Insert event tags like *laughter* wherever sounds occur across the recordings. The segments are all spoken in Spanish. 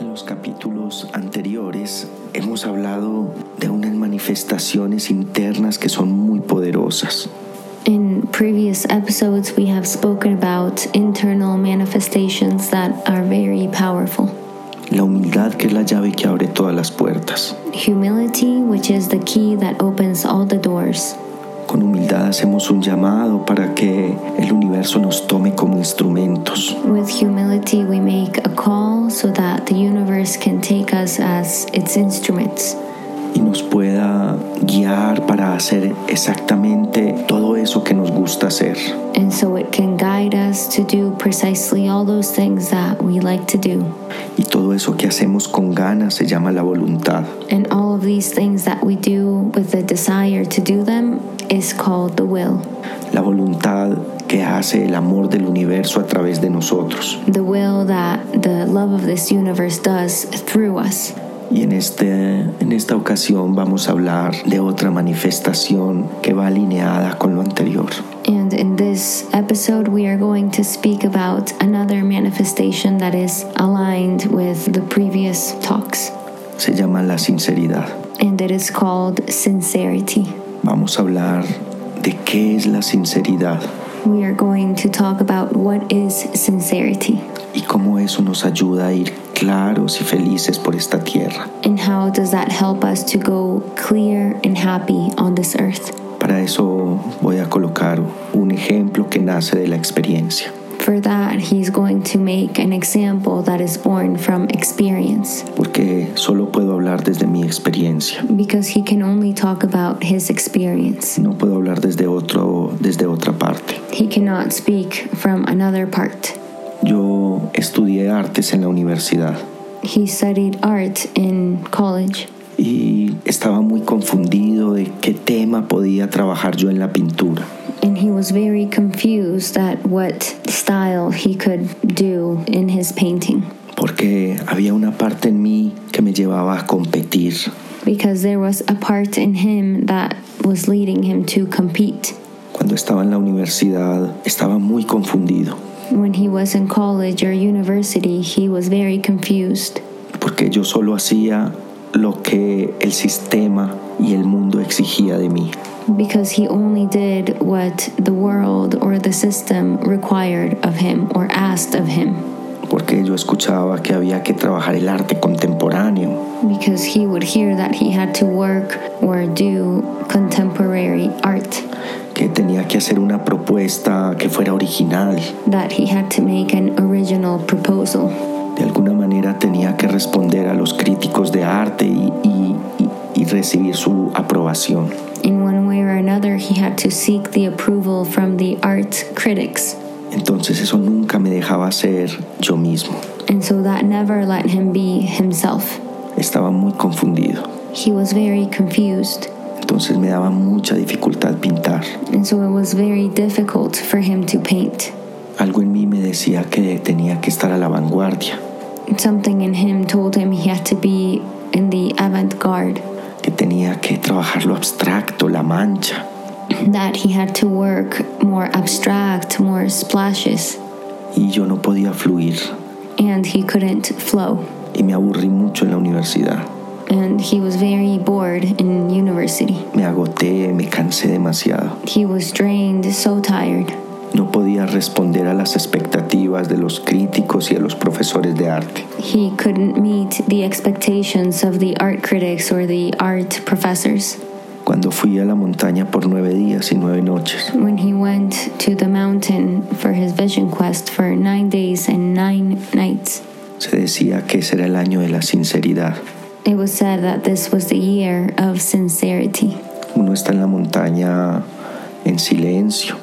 En los capítulos anteriores hemos hablado de unas manifestaciones internas que son muy poderosas. In previous episodes, we have spoken about internal manifestations that are very powerful. La humildad que es la llave que abre todas las puertas. Humility, which is the key that opens all the doors. Con humildad hacemos un llamado para que el universo nos tome como instrumentos. With humility, we make a call so that the universe can take us as its instruments y nos pueda guiar para hacer exactamente todo eso que nos gusta hacer. and so it can guide us to do precisely all those things that we like to do. Y todo eso que hacemos con ganas se llama la voluntad. And all of these things that we do with the desire to do them is called the will. La voluntad que hace el amor del universo a través de nosotros. The will that the love of this universe does through us. Y en, este, en esta ocasión vamos a hablar de otra manifestación que va alineada con lo anterior. And in this episode, we are going to speak about another manifestation that is aligned with the previous talks, Se llama la sinceridad. and it is called sincerity. Vamos a hablar de qué es la sinceridad We are going to talk about what is sincerity y cómo eso nos ayuda a ir claros y felices por esta tierra. and how does that help us to go clear and happy on this earth. Para eso voy a colocar un ejemplo que nace de la experiencia. For that, he's going to make an example that is born from experience porque solo puedo hablar desde mi experiencia. because he can only talk about his experience. No puedo hablar desde otro desde otra parte. He cannot speak from another part. Yo estudié artes en la universidad He studied art in college y estaba muy confundido de qué tema podía trabajar yo en la pintura. and he was very confused at what style he could do in his painting Porque había una parte en mí que me llevaba a competir, because there was a part in him that was leading him to compete. Cuando estaba en la universidad estaba muy confundido, When he was in college or university, he was very confused porque yo solo hacía lo que el sistema y el mundo exigía de mí. because he only did what the world or the system required of him or asked of him. Porque yo escuchaba que había que trabajar el arte contemporáneo Because he would hear that he had to work or do contemporary art, que tenía que hacer una propuesta que fuera original. that he had to make an original proposal. De alguna manera tenía que responder a los críticos de arte y, y- y- y recibir su aprobación. In one way or another, he had to seek the approval from the art critics. Entonces eso nunca me dejaba ser yo mismo. And so that never let him be himself. Estaba muy confundido. He was very confused, Entonces me daba mucha dificultad pintar. and so it was very difficult for him to paint. Algo en mí me decía que tenía que estar a la vanguardia, Something in him told him he had to be in the avant garde, que tenía que trabajar lo abstracto, la mancha. *clears throat* that he had to work more abstract, more splashes, y yo no podía fluir and he couldn't flow. y me aburrí mucho en la universidad. And he was very bored in university. Me agoté, me cansé demasiado. He was drained, so tired. No podía responder a las expectativas de los críticos y a los profesores de arte. He couldn't meet the expectations of the art critics or the art professors. Cuando fui a la montaña por nueve días y nueve noches, When he went to the mountain for his vision quest for nine days and nine nights, se decía que ese era el año de la sinceridad. it was said that this was the year of sincerity. Uno está en la montaña en silencio,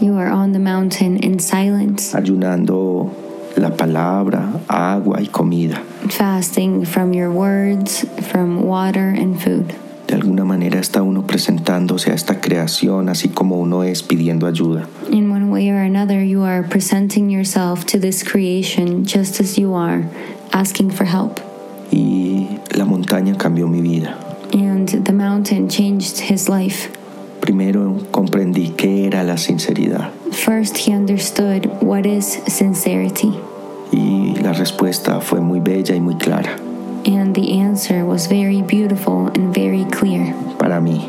You are on the mountain in silence, ayunando la palabra, agua y comida. fasting from your words, from water and food. De alguna manera está uno presentándose a esta creación, así como uno es pidiendo ayuda. In one way or another, you are presenting yourself to this creation just as you are, asking for help. y la montaña cambió mi vida. And the mountain changed his life. Primero comprendí qué era la sinceridad First, he understood what is sincerity. y la respuesta fue muy bella y muy clara and the answer was very beautiful and very clear para mí.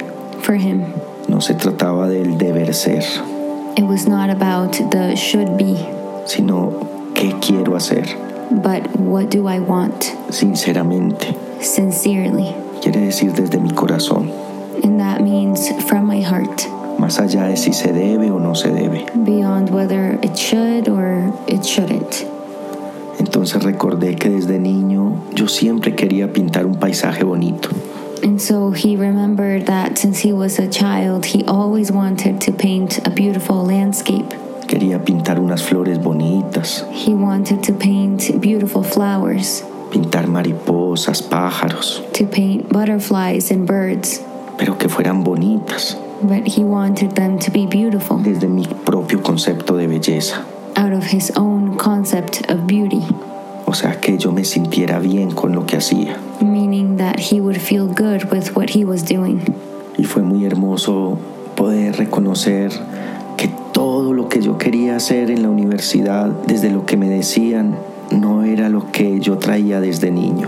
for him. No se trataba del deber ser, It was not about the should be, sino qué quiero hacer but what do I want sinceramente. sincerely? Quiere decir desde mi corazón, And that means from my heart, más allá de si se debe o no se debe. beyond whether it should or it shouldn't. Entonces recordé que desde niño yo siempre quería pintar un paisaje bonito. And so he remembered that since he was a child, he always wanted to paint a beautiful landscape. Quería pintar unas flores bonitas, He wanted to paint beautiful flowers, pintar mariposas, pájaros, to paint butterflies and birds, pero que fueran bonitas but he wanted them to be beautiful desde mi propio concepto de belleza. out of his own concept of beauty, O sea, que yo me sintiera bien con lo que hacía. meaning that he would feel good with what he was doing. Y fue muy hermoso poder reconocer que todo lo que yo quería hacer en la universidad, desde lo que me decían, no era lo que yo traía desde niño.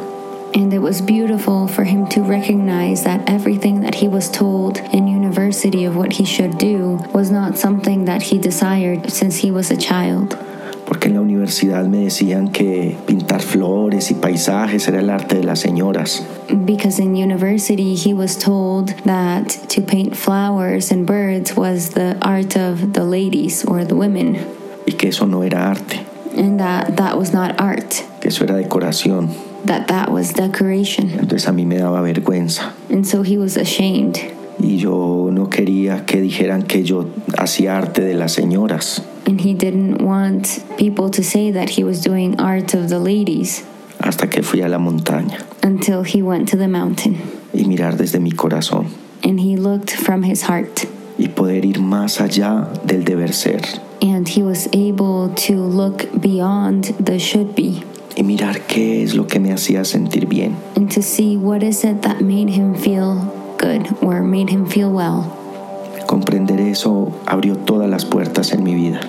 And it was beautiful for him to recognize that everything that he was told in university of what he should do was not something that he desired since he was a child. Porque en la universidad me decían que pintar flores y paisajes era el arte de las señoras. Because in university, he was told that to paint flowers and birds was the art of the ladies or the women, Y que eso no era arte, and that that was not art, que eso era decoración. that that was decoration. Entonces a mí me daba vergüenza. And so he was ashamed. Y yo no quería que dijeran que yo hacía arte de las señoras. And he didn't want people to say that he was doing art of the ladies. Hasta que fui a la montaña until he went to the mountain y mirar desde mi corazón. and he looked from his heart y poder ir más allá del deber ser and he was able to look beyond the should be y mirar qué es lo que me hacía sentir bien. and to see what is it that made him feel good or made him feel well Comprender eso abrió todas las puertas en mi vida.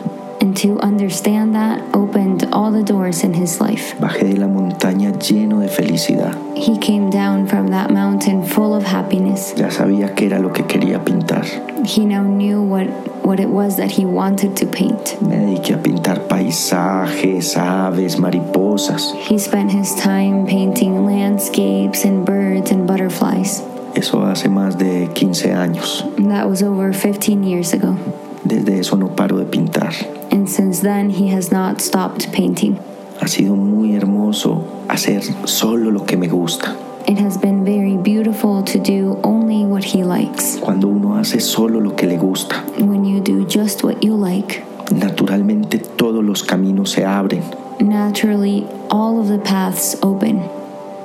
and to understand that opened all the doors in his life Bajé de la montaña lleno de felicidad. he came down from that mountain full of happiness Ya sabía qué era lo que quería pintar. he now knew what what it was that he wanted to paint Me dediqué a pintar paisajes, aves, mariposas. he spent his time painting landscapes and birds and butterflies Eso hace más de 15 años. That was over 15 years ago. Desde eso no paro de pintar. And since then, he has not stopped painting. Ha sido muy hermoso hacer solo lo que me gusta. It has been very beautiful to do only what he likes. Cuando uno hace solo lo que le gusta, When you do just what you like, Naturalmente todos los caminos se abren, naturally, all of the paths open.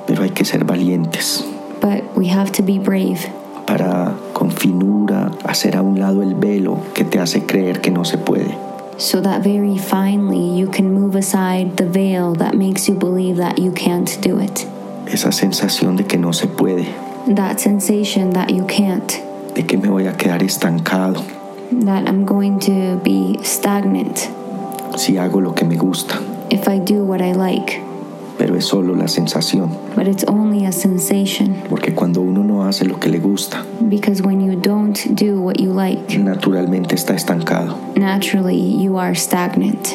pero hay que ser valientes But we have to be brave para con finura hacer a un lado el velo que te hace creer que no se puede. so that very finely you can move aside the veil that makes you believe that you can't do it. Esa sensación de que no se puede, That sensation that you can't, de que me voy a quedar estancado that I'm going to be stagnant si hago lo que me gusta, if I do what I like. pero es solo la sensación, But it's only a sensation porque cuando uno no hace lo que le gusta, because when you don't do what you like, naturalmente está estancado naturally you are stagnant.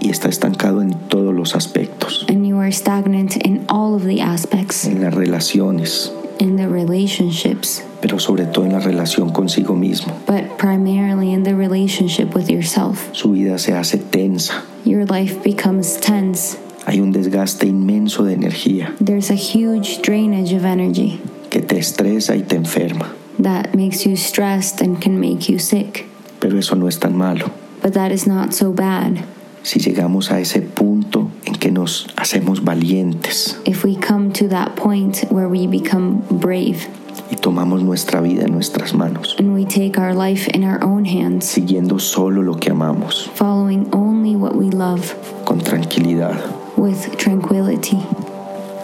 y está estancado en todos los aspectos, And you are stagnant in all of the aspects en las relaciones, in the relationships, pero sobre todo en la relación consigo mismo. but primarily in the relationship with yourself. Su vida se hace tensa, Your life becomes tense. Hay un desgaste inmenso de energía There's a huge drainage of energy que te estresa y te enferma, that makes you stressed and can make you sick. pero eso no es tan malo. But that is not so bad. Si llegamos a ese punto en que nos hacemos valientes If we come to that point where we become brave y tomamos nuestra vida en nuestras manos, and we take our life in our own hands, siguiendo solo lo que amamos, following only what we love con tranquilidad with tranquility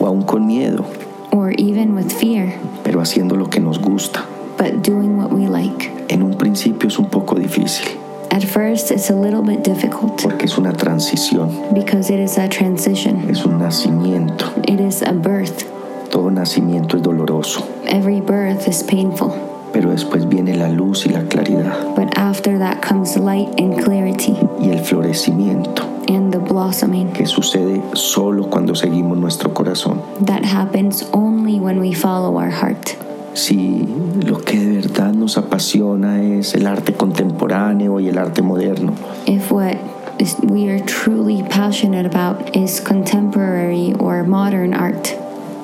o aún con miedo, or even with fear, pero haciendo lo que nos gusta. but doing what we like. En un principio es un poco difícil, At first, it's a little bit difficult porque es una transición, because it is a transition, es un nacimiento. it is a birth. Todo nacimiento es doloroso, Every birth is painful, pero después viene la luz y la claridad but after that comes light and clarity y el florecimiento and the blossoming que sucede solo cuando seguimos nuestro corazón. that happens only when we follow our heart. Si lo que de verdad nos apasiona es el arte contemporáneo y el arte moderno, If what is, we are truly passionate about is contemporary or modern art,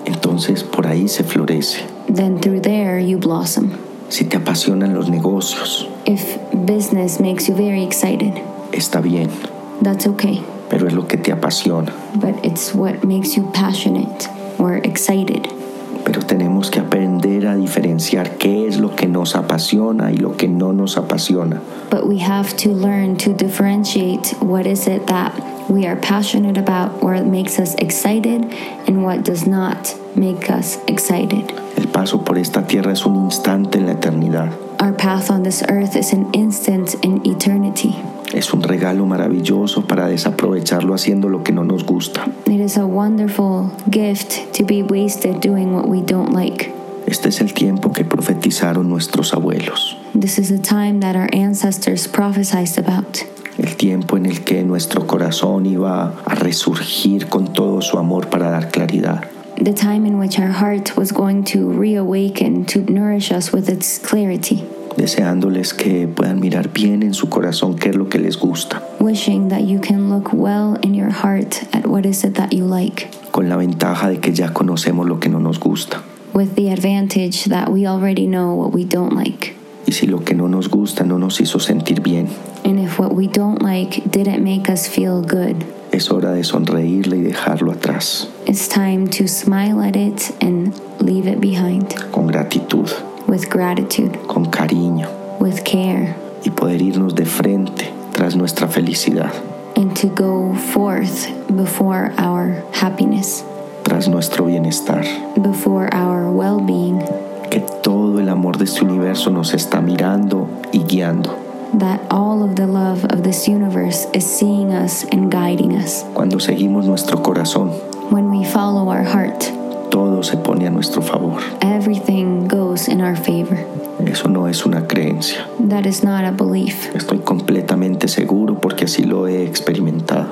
entonces por ahí se florece. then through there you blossom. Si te apasionan los negocios, If business makes you very excited, está bien, that's okay, pero es lo que te apasiona. but it's what makes you passionate or excited. Pero tenemos que aprender a diferenciar qué es lo que nos apasiona y lo que no nos apasiona. But we have to learn to differentiate what is it that we are passionate about or makes us excited and what does not make us excited. El paso por esta tierra es un instante en la eternidad. Our path on this earth is an instant in eternity. Es un regalo maravilloso para desaprovecharlo haciendo lo que no nos gusta. It is a wonderful gift to be wasted doing what we don't like. Este es el tiempo que profetizaron nuestros abuelos. This is a time that our ancestors prophesied about, El tiempo en el que nuestro corazón iba a resurgir con todo su amor para dar claridad. the time in which our heart was going to reawaken to nourish us with its clarity, Deseándoles que puedan mirar bien en su corazón qué es lo que les gusta, wishing that you can look well in your heart at what is it that you like, con la ventaja de que ya conocemos lo que no nos gusta. with the advantage that we already know what we don't like. Y si lo que no nos gusta no nos hizo sentir bien, And if what we don't like didn't make us feel good, es hora de sonreírle y dejarlo atrás, it's time to smile at it and leave it behind con gratitud, with gratitude. con cariño, with care y poder irnos de frente tras nuestra felicidad, and to go forth before our happiness, tras nuestro bienestar. before our well being, que todo el amor de este universo nos está mirando y guiando. that all of the love of this universe is seeing us and guiding us. Cuando seguimos nuestro corazón, When we follow our heart, todo se pone a nuestro favor. everything goes in our favor. Eso no es una creencia. That is not a belief. Estoy completamente seguro porque así lo he experimentado.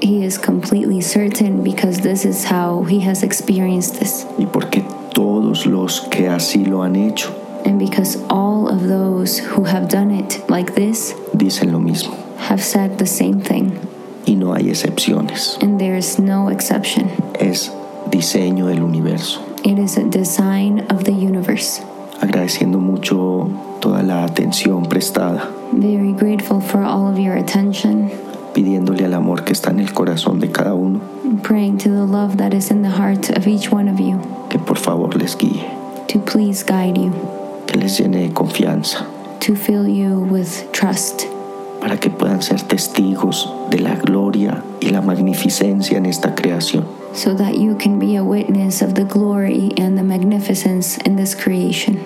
He is completely certain because this is how he has experienced this, Y porque todos los que así lo han hecho and because all of those who have done it like this dicen lo mismo. have said the same thing, Y no hay excepciones. and there is no exception. Es diseño del universo. It is a design of the universe. Agradeciendo mucho toda la atención prestada, Very grateful for all of your attention. pidiéndole al amor que está en el corazón de cada uno Praying to the love that is in the heart of each one of you que por favor les guíe. to please guide you, que les llene de confianza to fill you with trust, para que puedan ser testigos de la gloria y la magnificencia en esta creación. so that you can be a witness of the glory and the magnificence in this creation.